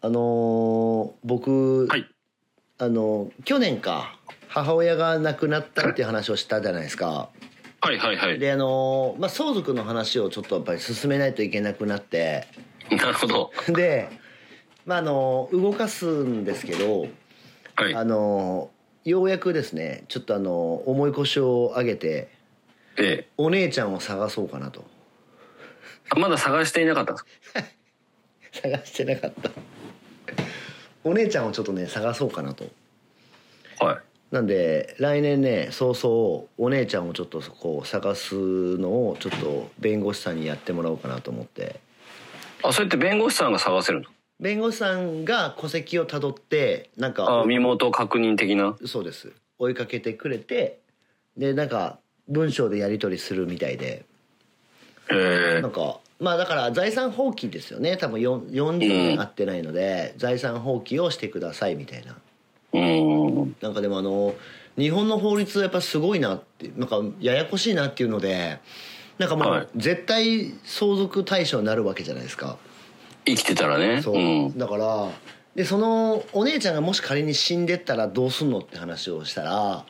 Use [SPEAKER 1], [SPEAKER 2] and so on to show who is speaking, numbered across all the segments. [SPEAKER 1] あのー僕、
[SPEAKER 2] はい
[SPEAKER 1] あのー去年か母親が亡くなったっていう話をしたじゃないですか
[SPEAKER 2] はいはいはい。
[SPEAKER 1] であのーまあ、相続の話をちょっとやっぱり進めないといけなくな って
[SPEAKER 2] なるほど。
[SPEAKER 1] で、まあ、あのー動かすんですけど
[SPEAKER 2] はい。
[SPEAKER 1] あのーようやくですねちょっとあのー重い腰を上げて
[SPEAKER 2] ええ
[SPEAKER 1] お姉ちゃんを探そうかなと
[SPEAKER 2] あまだ探していなかったんですか
[SPEAKER 1] 探してなかったお姉ちゃんをちょっとね探そうかなと
[SPEAKER 2] はい。
[SPEAKER 1] なんで来年ね早々お姉ちゃんをちょっとこう探すのをちょっと弁護士さんにやってもらおうかなと思って
[SPEAKER 2] あ、それって弁護士さんが探せるの
[SPEAKER 1] 弁護士さんが戸籍をたどってなん
[SPEAKER 2] あ
[SPEAKER 1] か
[SPEAKER 2] 身元確認的な。
[SPEAKER 1] そうです追いかけてくれてでなんか文章でやり取りするみたいで
[SPEAKER 2] ええ
[SPEAKER 1] なんかまあだから財産放棄ですよね多分よん40年会ってないので、財産放棄をしてくださいみたいな
[SPEAKER 2] うん。
[SPEAKER 1] なんかでもあの日本の法律はやっぱすごいなってなんかややこしいなっていうのでなんかも
[SPEAKER 2] はいう
[SPEAKER 1] 絶対相続対象になるわけじゃないですか、
[SPEAKER 2] 生きてたらね。
[SPEAKER 1] そう、
[SPEAKER 2] うん。
[SPEAKER 1] だからでそのお姉ちゃんがもし仮に死んでったらどうすんのって話をしたら、
[SPEAKER 2] は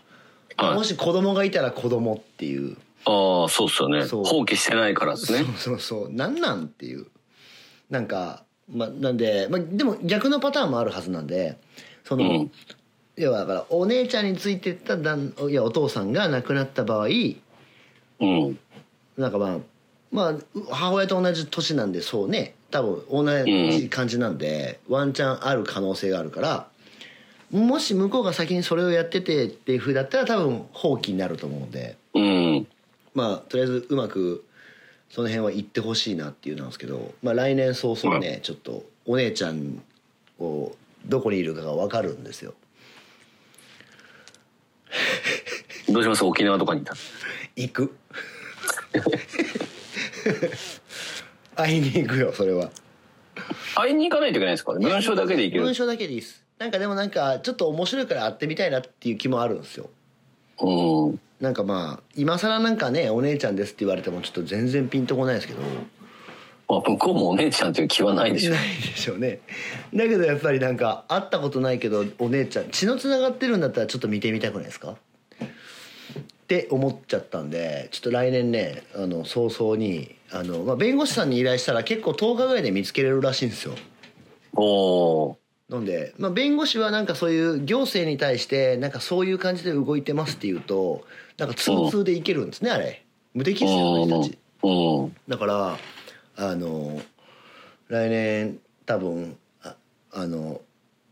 [SPEAKER 2] い
[SPEAKER 1] もし子供がいたら子供っていう、
[SPEAKER 2] ああ、そうっすよね。
[SPEAKER 1] そう
[SPEAKER 2] 放棄してないからです
[SPEAKER 1] そう
[SPEAKER 2] ね。
[SPEAKER 1] そうそうなんなんっていうなんか、ま、なんで、ま、でも逆のパターンもあるはずなんでその、
[SPEAKER 2] うん
[SPEAKER 1] 要はだからお姉ちゃんについてった旦いやお父さんが亡くなった場合
[SPEAKER 2] うん。
[SPEAKER 1] なんかまあまあう母親と同じ年なんでそうね多分同じ感じなんで、ワンチャンある可能性があるからもし向こうが先にそれをやっててっていうふうだったら多分放棄になると思うんで
[SPEAKER 2] うん。
[SPEAKER 1] まあとりあえずうまくその辺は言ってほしいなっていうなんですけど、まあ、来年早々ね、ちょっとお姉ちゃんをどこにいるかが分かるんですよ
[SPEAKER 2] どうします沖縄とかにいたら
[SPEAKER 1] 行く 会いに行くよそれは。
[SPEAKER 2] 会いに行かないといけないんですか文章だけでいける
[SPEAKER 1] 文。章だけでいいですなんかでもなんかちょっと面白いから会ってみたいなっていう気もあるんですよ
[SPEAKER 2] うん。
[SPEAKER 1] なんかまあ今更なんかね「お姉ちゃんです」って言われてもちょっと全然ピンとこないですけど
[SPEAKER 2] まあ、向こうもお姉ちゃんという気はないでしょ。
[SPEAKER 1] ないでしょうねだけどやっぱりなんか会ったことないけどお姉ちゃん血のつながってるんだったらちょっと見てみたくないですかって思っちゃったんでちょっと来年ねあの早々にあの、まあ、弁護士さんに依頼したら結構10日ぐらいで見つけれるらしいんですよ
[SPEAKER 2] おー。
[SPEAKER 1] なんで、まあ、弁護士はなんかそういう行政に対してなんかそういう感じで動いてますっていうとなんかツーツーでいけるんですねあれ無敵ですよあの人たち
[SPEAKER 2] うん。うん。
[SPEAKER 1] だからあの来年多分ああの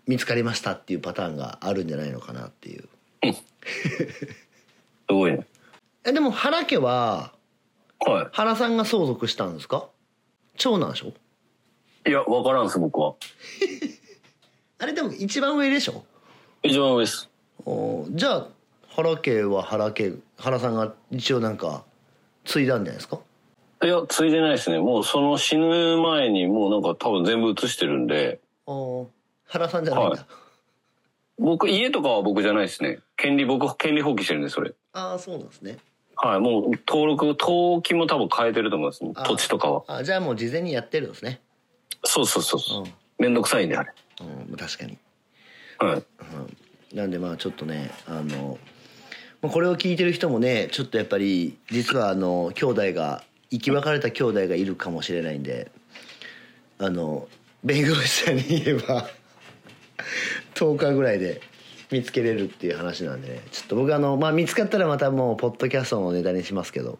[SPEAKER 1] 見つかりましたっていうパターンがあるんじゃないのかなっていう
[SPEAKER 2] すごいね。
[SPEAKER 1] えでも原家は
[SPEAKER 2] は
[SPEAKER 1] 原さんが相続したんですか長男でしょ
[SPEAKER 2] い。いや、わからんす、僕は。
[SPEAKER 1] あれでも一番上でしょ
[SPEAKER 2] 一番上です。
[SPEAKER 1] おーじゃあ原家は原家原さんが一応なんか継いだんじゃないですか
[SPEAKER 2] いや、ついでないですね。もうその死ぬ前にもうなんか多分全部移してるんで、
[SPEAKER 1] おー原さんじゃないんだ、
[SPEAKER 2] はい僕、家とかは僕じゃないですね。権利、僕、権利放棄してるんで、それ。
[SPEAKER 1] ああそうなんですね
[SPEAKER 2] はい、もう登録、登記も多分変えてると思います、
[SPEAKER 1] あー
[SPEAKER 2] 土地とかは。
[SPEAKER 1] あーじゃあもう事前にやってるんですね
[SPEAKER 2] そうそうそうそうう。
[SPEAKER 1] ん
[SPEAKER 2] めんどくさいんで、あれ。
[SPEAKER 1] うん、確かに、う
[SPEAKER 2] はい。
[SPEAKER 1] ん、なんでまあちょっとねあのまあこれを聞いてる人もねちょっとやっぱり実はあの兄弟が生き別れた兄弟がいるかもしれないんであの弁護士さんに言えば10日ぐらいで見つけれるっていう話なんでねちょっと僕あの、まあ、見つかったらまたもうポッドキャストのネタにしますけど、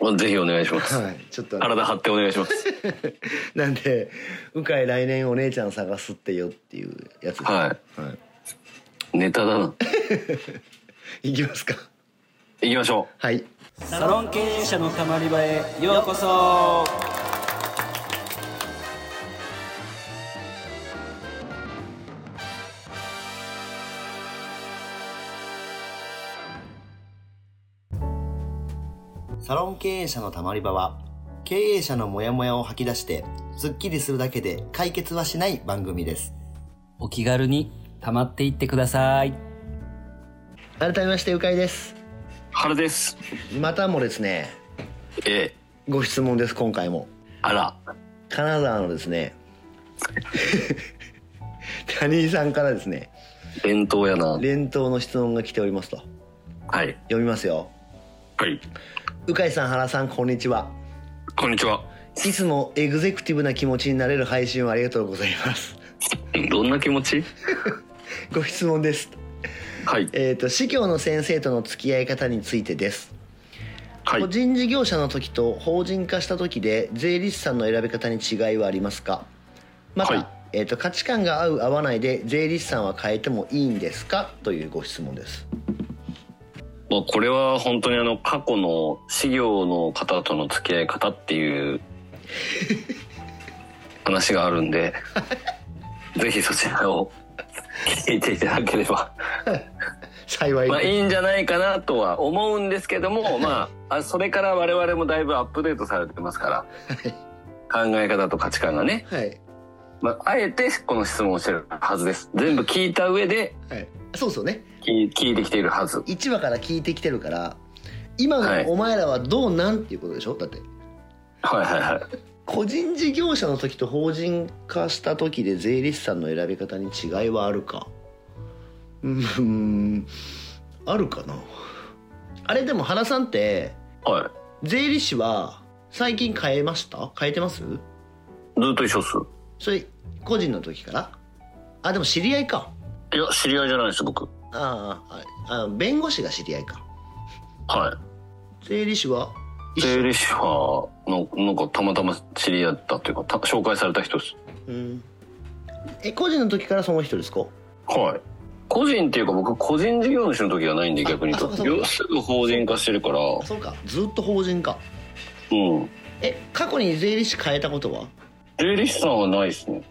[SPEAKER 2] まあぜひお願いします。
[SPEAKER 1] はい、ちょっとあの
[SPEAKER 2] 体張ってお願いし ます。
[SPEAKER 1] なんで鵜飼来年お姉ちゃん探すってよっていうやつです
[SPEAKER 2] は。
[SPEAKER 1] はい
[SPEAKER 2] ネタだな。
[SPEAKER 1] い、いきますか
[SPEAKER 2] 行きましょ
[SPEAKER 1] はい
[SPEAKER 3] サロン経営者のたまり場へようこそ
[SPEAKER 1] サロン経営者のたまり場は、経営者のモヤモヤを吐き出して、スッキリするだけで解決はしない番組です。
[SPEAKER 3] お気軽にたまっていってください
[SPEAKER 1] 改めまして、うかいです。
[SPEAKER 2] う。原です。
[SPEAKER 1] またもですね、
[SPEAKER 2] ええ。
[SPEAKER 1] ご質問です、今回も。
[SPEAKER 2] あら。
[SPEAKER 1] 金沢のですね、カニさんからですね
[SPEAKER 2] 弁当やな。
[SPEAKER 1] 連投の質問が来ておりますと
[SPEAKER 2] はい。
[SPEAKER 1] 読みますよ
[SPEAKER 2] はい。
[SPEAKER 1] 鵜飼さん原さんこんにちは
[SPEAKER 2] こんにちは。
[SPEAKER 1] いつもエグゼクティブな気持ちになれる配信をありがとうございます
[SPEAKER 2] どんな気持ち
[SPEAKER 1] ご質問です
[SPEAKER 2] はい。
[SPEAKER 1] えっ、と司教の先生との付き合い方についてです
[SPEAKER 2] はい
[SPEAKER 1] 個。人事業者の時と法人化した時で税理士さんの選び方に違いはありますかまた、
[SPEAKER 2] はい
[SPEAKER 1] えー、と価値観が合う合わないで税理士さんは変えてもいいんですかというご質問です
[SPEAKER 2] まあ、これは本当にあの、過去の資業の方との付き合い方っていう話があるんで、ぜひそちらを聞いていただければ、
[SPEAKER 1] 幸いに、
[SPEAKER 2] まあ、いいんじゃないかなとは思うんですけども、まあ、あそれから我々もだいぶアップデートされてますから、考え方と価値観がね、
[SPEAKER 1] はい
[SPEAKER 2] まあ、あえてこの質問をしてるはずです。全部聞いた上で
[SPEAKER 1] はいそうそうね
[SPEAKER 2] 聞い聞いてきているはず。
[SPEAKER 1] 1話から聞いてきてるから今
[SPEAKER 2] はい
[SPEAKER 1] のお前らはどうなんっていうことでしょだって
[SPEAKER 2] はいはいはい。
[SPEAKER 1] 個人事業者の時と法人化した時で税理士さんの選び方に違いはあるかうーんあるかなあれでも原さんって
[SPEAKER 2] はい。
[SPEAKER 1] 税理士は最近変えました変えてます
[SPEAKER 2] ずっと一緒っす。
[SPEAKER 1] それ個人の時からあでも知り合いか
[SPEAKER 2] いや、知り合いじゃないです、僕。
[SPEAKER 1] ああああ弁護士が知り合いか
[SPEAKER 2] は。
[SPEAKER 1] 税理士はい一
[SPEAKER 2] 税
[SPEAKER 1] 緒
[SPEAKER 2] 理士は、の、なんかたまたま知り合ったというか、た紹介された人です。
[SPEAKER 1] うんえ個人の時からその人ですか
[SPEAKER 2] はい。個人っていうか僕、個人事業主の時がないんで、逆に
[SPEAKER 1] あそうかそうか
[SPEAKER 2] よすぐ法人化してるから、
[SPEAKER 1] あそうかずっと法人か
[SPEAKER 2] うん。
[SPEAKER 1] え過去に税理士変えたことは
[SPEAKER 2] 税理士さんはないですね。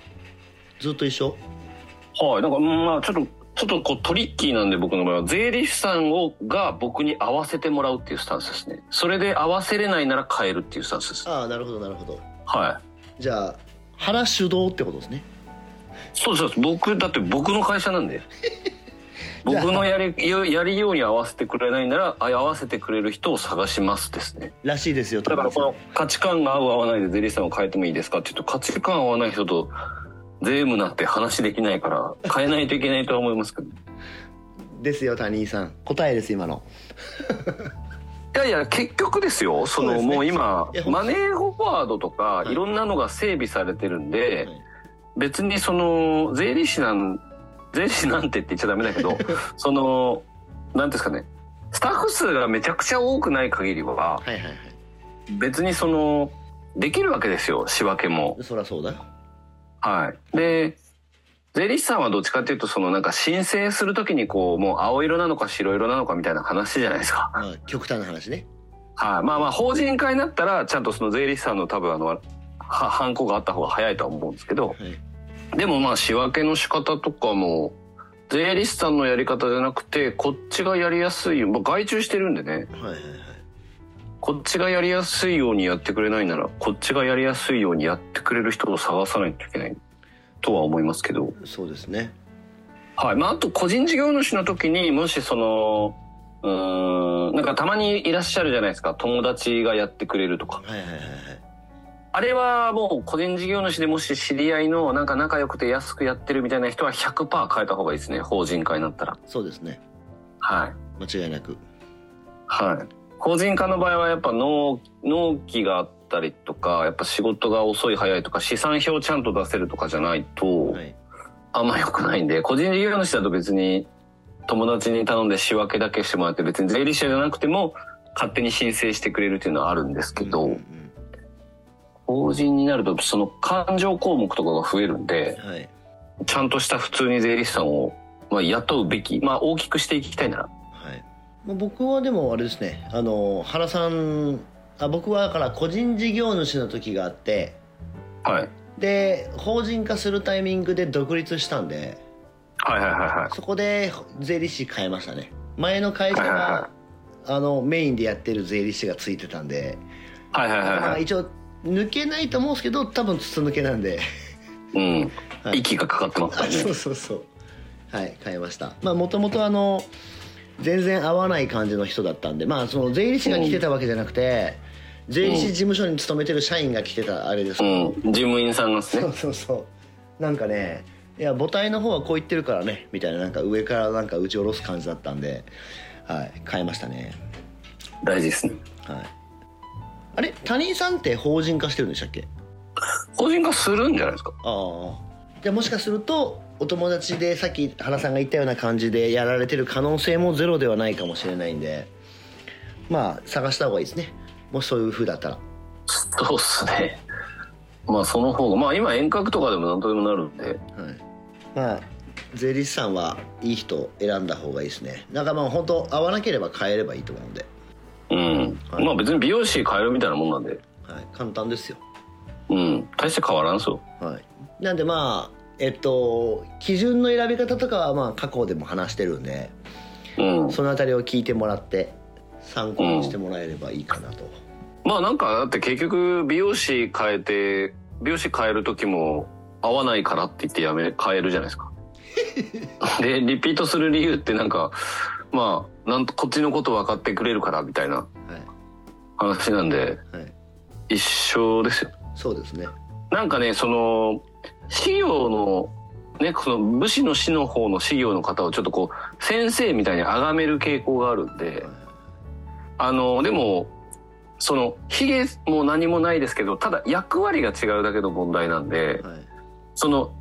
[SPEAKER 1] ずっと一緒
[SPEAKER 2] はい。なんか、うんまあ、ちょっと、ちょっとこうトリッキーなんで僕の場合は税理士さんをが僕に合わせてもらうっていうスタンスですねそれで合わせれないなら変えるっていうスタンスです
[SPEAKER 1] ああなるほどなるほど
[SPEAKER 2] はい
[SPEAKER 1] じゃあ原主導ってことですね
[SPEAKER 2] そうですそうです僕だって僕の会社なん で
[SPEAKER 1] じゃあ
[SPEAKER 2] 僕のやりよやりように合わせてくれないならあ合わせてくれる人を探しますですね
[SPEAKER 1] らしいですよ
[SPEAKER 2] だから
[SPEAKER 1] 高橋さ
[SPEAKER 2] こ
[SPEAKER 1] ん
[SPEAKER 2] の価値観が合う合わないで税理士さんを変えてもいいですかっていうと価値観合わない人と税務なんて話できないから変えないといけないとは思いますけどい
[SPEAKER 1] ですよ谷井さん答えです今の
[SPEAKER 2] やいや結局ですよそ
[SPEAKER 1] そう
[SPEAKER 2] の
[SPEAKER 1] ですね
[SPEAKER 2] もう今
[SPEAKER 1] いや
[SPEAKER 2] マネーフォワードとか
[SPEAKER 1] はい
[SPEAKER 2] いろんなのが整備されてるんで、
[SPEAKER 1] はい
[SPEAKER 2] 別にその税理士なん税理士なんてって言っちゃダメだけどその何ですかねスタッフ数がめちゃくちゃ多くない限りは
[SPEAKER 1] はいはいは
[SPEAKER 2] 別にそのできるわけですよ仕分けも
[SPEAKER 1] いそりゃそうだ
[SPEAKER 2] はいで税理士さんはどっちかっていうとそのなんか申請するときにこうもう青色なのか白色なのかみたいな話じゃないですか
[SPEAKER 1] まあ極端な話ね
[SPEAKER 2] はいまあまあ法人化になったらちゃんとその税理士さんの多分あのはハンコがあった方が早いとは思うんですけど
[SPEAKER 1] はい
[SPEAKER 2] でもまあ仕分けの仕方とかも税理士さんのやり方じゃなくてこっちがやりやすいよ、まあ、外注してるんでね
[SPEAKER 1] はいはいはい
[SPEAKER 2] こっちがやりやすいようにやってくれないならこっちがやりやすいようにやってくれる人を探さないといけないとは思いますけど、
[SPEAKER 1] そうですね
[SPEAKER 2] はいまあ、あと個人事業主の時にもしそのうーんなんかたまにいらっしゃるじゃないですか友達がやってくれると
[SPEAKER 1] は
[SPEAKER 2] か
[SPEAKER 1] いはいはいはい
[SPEAKER 2] あれはもう個人事業主でもし知り合いのなんか仲良くて安くやってるみたいな人は100%変えた方がいいですね法人化になったら
[SPEAKER 1] そうですね
[SPEAKER 2] はい
[SPEAKER 1] 間違いなく
[SPEAKER 2] はい。法人化の場合はやっぱ納納期があったりとか、やっぱ仕事が遅い早いとか、資産表をちゃんと出せるとかじゃないと
[SPEAKER 1] は、い
[SPEAKER 2] あんま良くないんで、個人事業主だと別に友達に頼んで仕分けだけしてもらって、別に税理士じゃなくても勝手に申請してくれるっていうのはあるんですけ
[SPEAKER 1] うんう
[SPEAKER 2] ど、
[SPEAKER 1] ん
[SPEAKER 2] 法人になるとその勘定項目とかが増えるんで
[SPEAKER 1] う、んはい
[SPEAKER 2] ちゃんとした普通に税理士さんを、まあ、雇うべき、まあ大きくしていきたいなら、
[SPEAKER 1] はいもう僕はでもあれですねあの原さんあ僕はだから個人事業主の時があって
[SPEAKER 2] はい。
[SPEAKER 1] で法人化するタイミングで独立したんで
[SPEAKER 2] はいはいはいはい。
[SPEAKER 1] そこで税理士変えましたね前の会社
[SPEAKER 2] はいはい
[SPEAKER 1] が
[SPEAKER 2] は
[SPEAKER 1] あのメインでやってる税理士がついてたんで、
[SPEAKER 2] はいはいはい
[SPEAKER 1] ま
[SPEAKER 2] は
[SPEAKER 1] あ、
[SPEAKER 2] い。
[SPEAKER 1] 一応抜けないと思うんですけど多分筒抜けなんで
[SPEAKER 2] うん。
[SPEAKER 1] はい
[SPEAKER 2] 息がかかってますか
[SPEAKER 1] あ
[SPEAKER 2] ら ね
[SPEAKER 1] そ。うそうそうはい変えましたまあもともとあの全然合わない感じの人だったんでまあその税理士が来てたわけじゃなくて税理士事務所に勤めてる社員が来てたあれですけど、
[SPEAKER 2] うん、事務員さんがです
[SPEAKER 1] そ
[SPEAKER 2] ね
[SPEAKER 1] うそうそうなんかねいや母体の方はこう言ってるからねみたいななんか上からなんか打ち下ろす感じだったんで、はい、変えましたね、
[SPEAKER 2] 大事ですね。
[SPEAKER 1] はい、あれ他人さんって法人化してるんでしたっけ
[SPEAKER 2] 個人化するんじゃないですか。
[SPEAKER 1] ああじゃあもしかするとお友達でさっき原さんが言ったような感じでやられてる可能性もゼロではないかもしれないんでまあ探した方がいいですねもしそういう風だったら
[SPEAKER 2] そうっすね。まあその方が、まあ今遠隔とかでも何とでもなるんで、
[SPEAKER 1] はい、まあ税理士さんはいい人を選んだ方がいいですねなんかまあ本当合わなければ変えればいいと思うんで、
[SPEAKER 2] うん。
[SPEAKER 1] はい
[SPEAKER 2] まあ別に美容師変えるみたいなもんなんで、
[SPEAKER 1] はい、簡単ですよ、
[SPEAKER 2] うん。大して変わらんすよ。
[SPEAKER 1] はい、なんでまあえっと基準の選び方とかはまあ過去でも話してるんで
[SPEAKER 2] うん。
[SPEAKER 1] その辺りを聞いてもらって参考にしてもらえればいいかなと、
[SPEAKER 2] まあなんかだって結局美容師変えて美容師変える時も合わないからって言ってやめ変えるじゃないです かでリピートする理由ってなんかまあなんとこっちのこと分かってくれるからみたいな
[SPEAKER 1] はい
[SPEAKER 2] 話なんで
[SPEAKER 1] はい、
[SPEAKER 2] 一緒ですよ
[SPEAKER 1] そうですね
[SPEAKER 2] なんかねその資料のねその武士の師の方の資料の方をちょっとこう先生みたいに崇める傾向があるんで、あの、でも、その、ヒゲも何もないですけど、ただ役割が違うだけの問題なんで、
[SPEAKER 1] はい
[SPEAKER 2] その、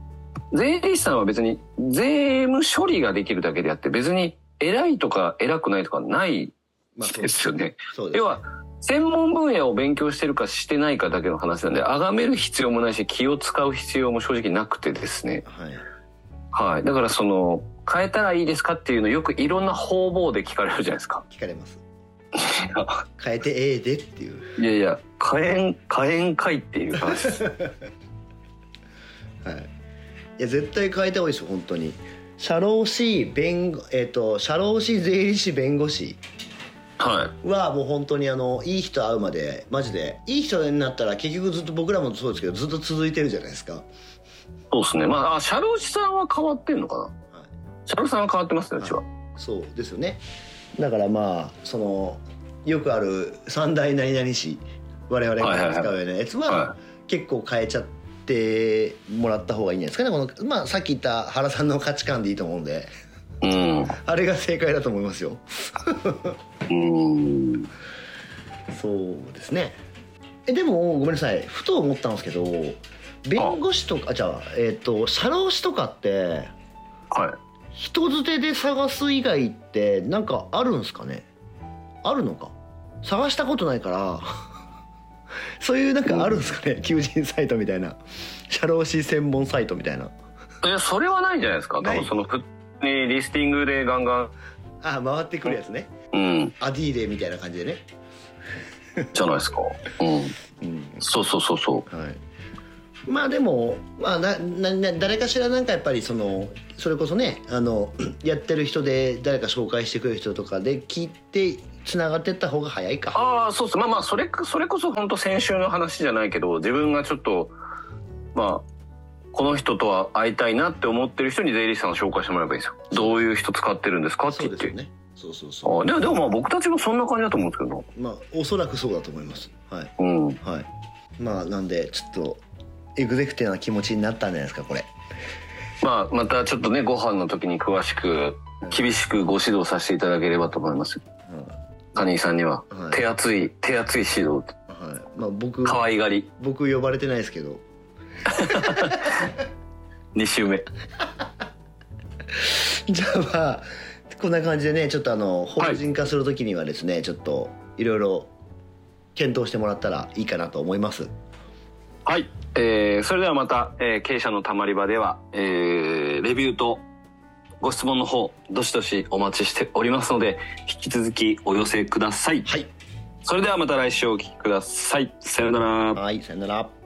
[SPEAKER 2] 税理士さんは別に税務処理ができるだけであって、別に偉いとか偉くないとかない
[SPEAKER 1] まあそう
[SPEAKER 2] ですよね。
[SPEAKER 1] そうです
[SPEAKER 2] 要は、専門分野を勉強してるかしてないかだけの話なんで、崇める必要もないし、気を使う必要も正直なくてですね。
[SPEAKER 1] はい
[SPEAKER 2] はい。だからその、変えたらいいですかっていうのよくいろんな方々で聞かれるじゃないですか。
[SPEAKER 1] 聞かれ ます変えてええでっていう
[SPEAKER 2] いやいや、火炎、火炎かいっていう話です。
[SPEAKER 1] はいいや絶対変えた方がいいですよ本当に社労士弁護えっ、と社労士税理士弁護士
[SPEAKER 2] は
[SPEAKER 1] はもう本当にあのいい人会うまでマジでいい人になったら結局ずっと僕らもそうですけどずっと続いてるじゃないですか
[SPEAKER 2] い。そうですね。まあ、あ社労士さんは変わってんのかな。社労士さんは変わってますね、うちは。
[SPEAKER 1] そうですよねだからまあそのよくある三大何々詞我々が使うようなやつは、
[SPEAKER 2] は
[SPEAKER 1] 結構変えちゃってもらった方がいいんじゃないですかねこの、まあ、さっき言った原さんの価値観でいいと思うんで
[SPEAKER 2] い。うん。う
[SPEAKER 1] あれが正解だと思いますよ
[SPEAKER 2] ーん。
[SPEAKER 1] そうですねえでもごめんなさいふと思ったんですけど弁護士とかあじゃあえっ、と社労士とかって
[SPEAKER 2] はい。
[SPEAKER 1] 人づてで探す以外ってなんかあるんすかねあるのか探したことないから そういうなんかあるんすかね求人サイトみたいな社労士専門サイトみたいない
[SPEAKER 2] や、それはないんじゃないですか。多
[SPEAKER 1] ない
[SPEAKER 2] 分その、ふね、リスティングでガンガン。
[SPEAKER 1] あ回ってくるやつね
[SPEAKER 2] うん。
[SPEAKER 1] アディーレみたいな感じでね
[SPEAKER 2] じゃないですか。うん。
[SPEAKER 1] うん
[SPEAKER 2] そうそうそうそ。
[SPEAKER 1] はい、まあでも、まあ、ななな誰かしらなんかやっぱりそのそれこそねあの やってる人で誰か紹介してくれる人とかで聞いてつながってった方が早いうか
[SPEAKER 2] ああ、そうっす。まあまあ、それか、それこそ本当先週の話じゃないけど、自分がちょっと、まあ、この人とは会いたいなって思ってる人に税理士さんを紹介してもらえばいいんですよ。どういう人使ってるんですかって
[SPEAKER 1] そう
[SPEAKER 2] 言っ
[SPEAKER 1] です
[SPEAKER 2] て。
[SPEAKER 1] よねそうそうそ
[SPEAKER 2] ああでもでもまあ僕たちもそんな感じだと思うんですけど
[SPEAKER 1] うまあおそらくそうだと思いますはい
[SPEAKER 2] なうん
[SPEAKER 1] はいまあなんでちょっとエグゼクティブな気持ちになったんじゃないですかこれ
[SPEAKER 2] まあまたちょっとねご飯の時に詳しく厳しくご指導させていただければと思います谷井さんには、
[SPEAKER 1] はい
[SPEAKER 2] 手厚い手厚い指導
[SPEAKER 1] はいまあ僕
[SPEAKER 2] 可愛がり
[SPEAKER 1] 僕呼ばれてないですけど
[SPEAKER 2] 2週目
[SPEAKER 1] じゃあまあこんな感じでねちょっとあの法人化するときにはですね、ちょっといろいろ検討してもらったらいいかなと思います
[SPEAKER 2] はい、えーそれではまた、えー経営者のたまり場では、えーレビューとご質問の方どしどしお待ちしておりますので引き続きお寄せください
[SPEAKER 1] はい
[SPEAKER 2] それではまた来週お聞きくださいさようなら
[SPEAKER 1] はいさよなら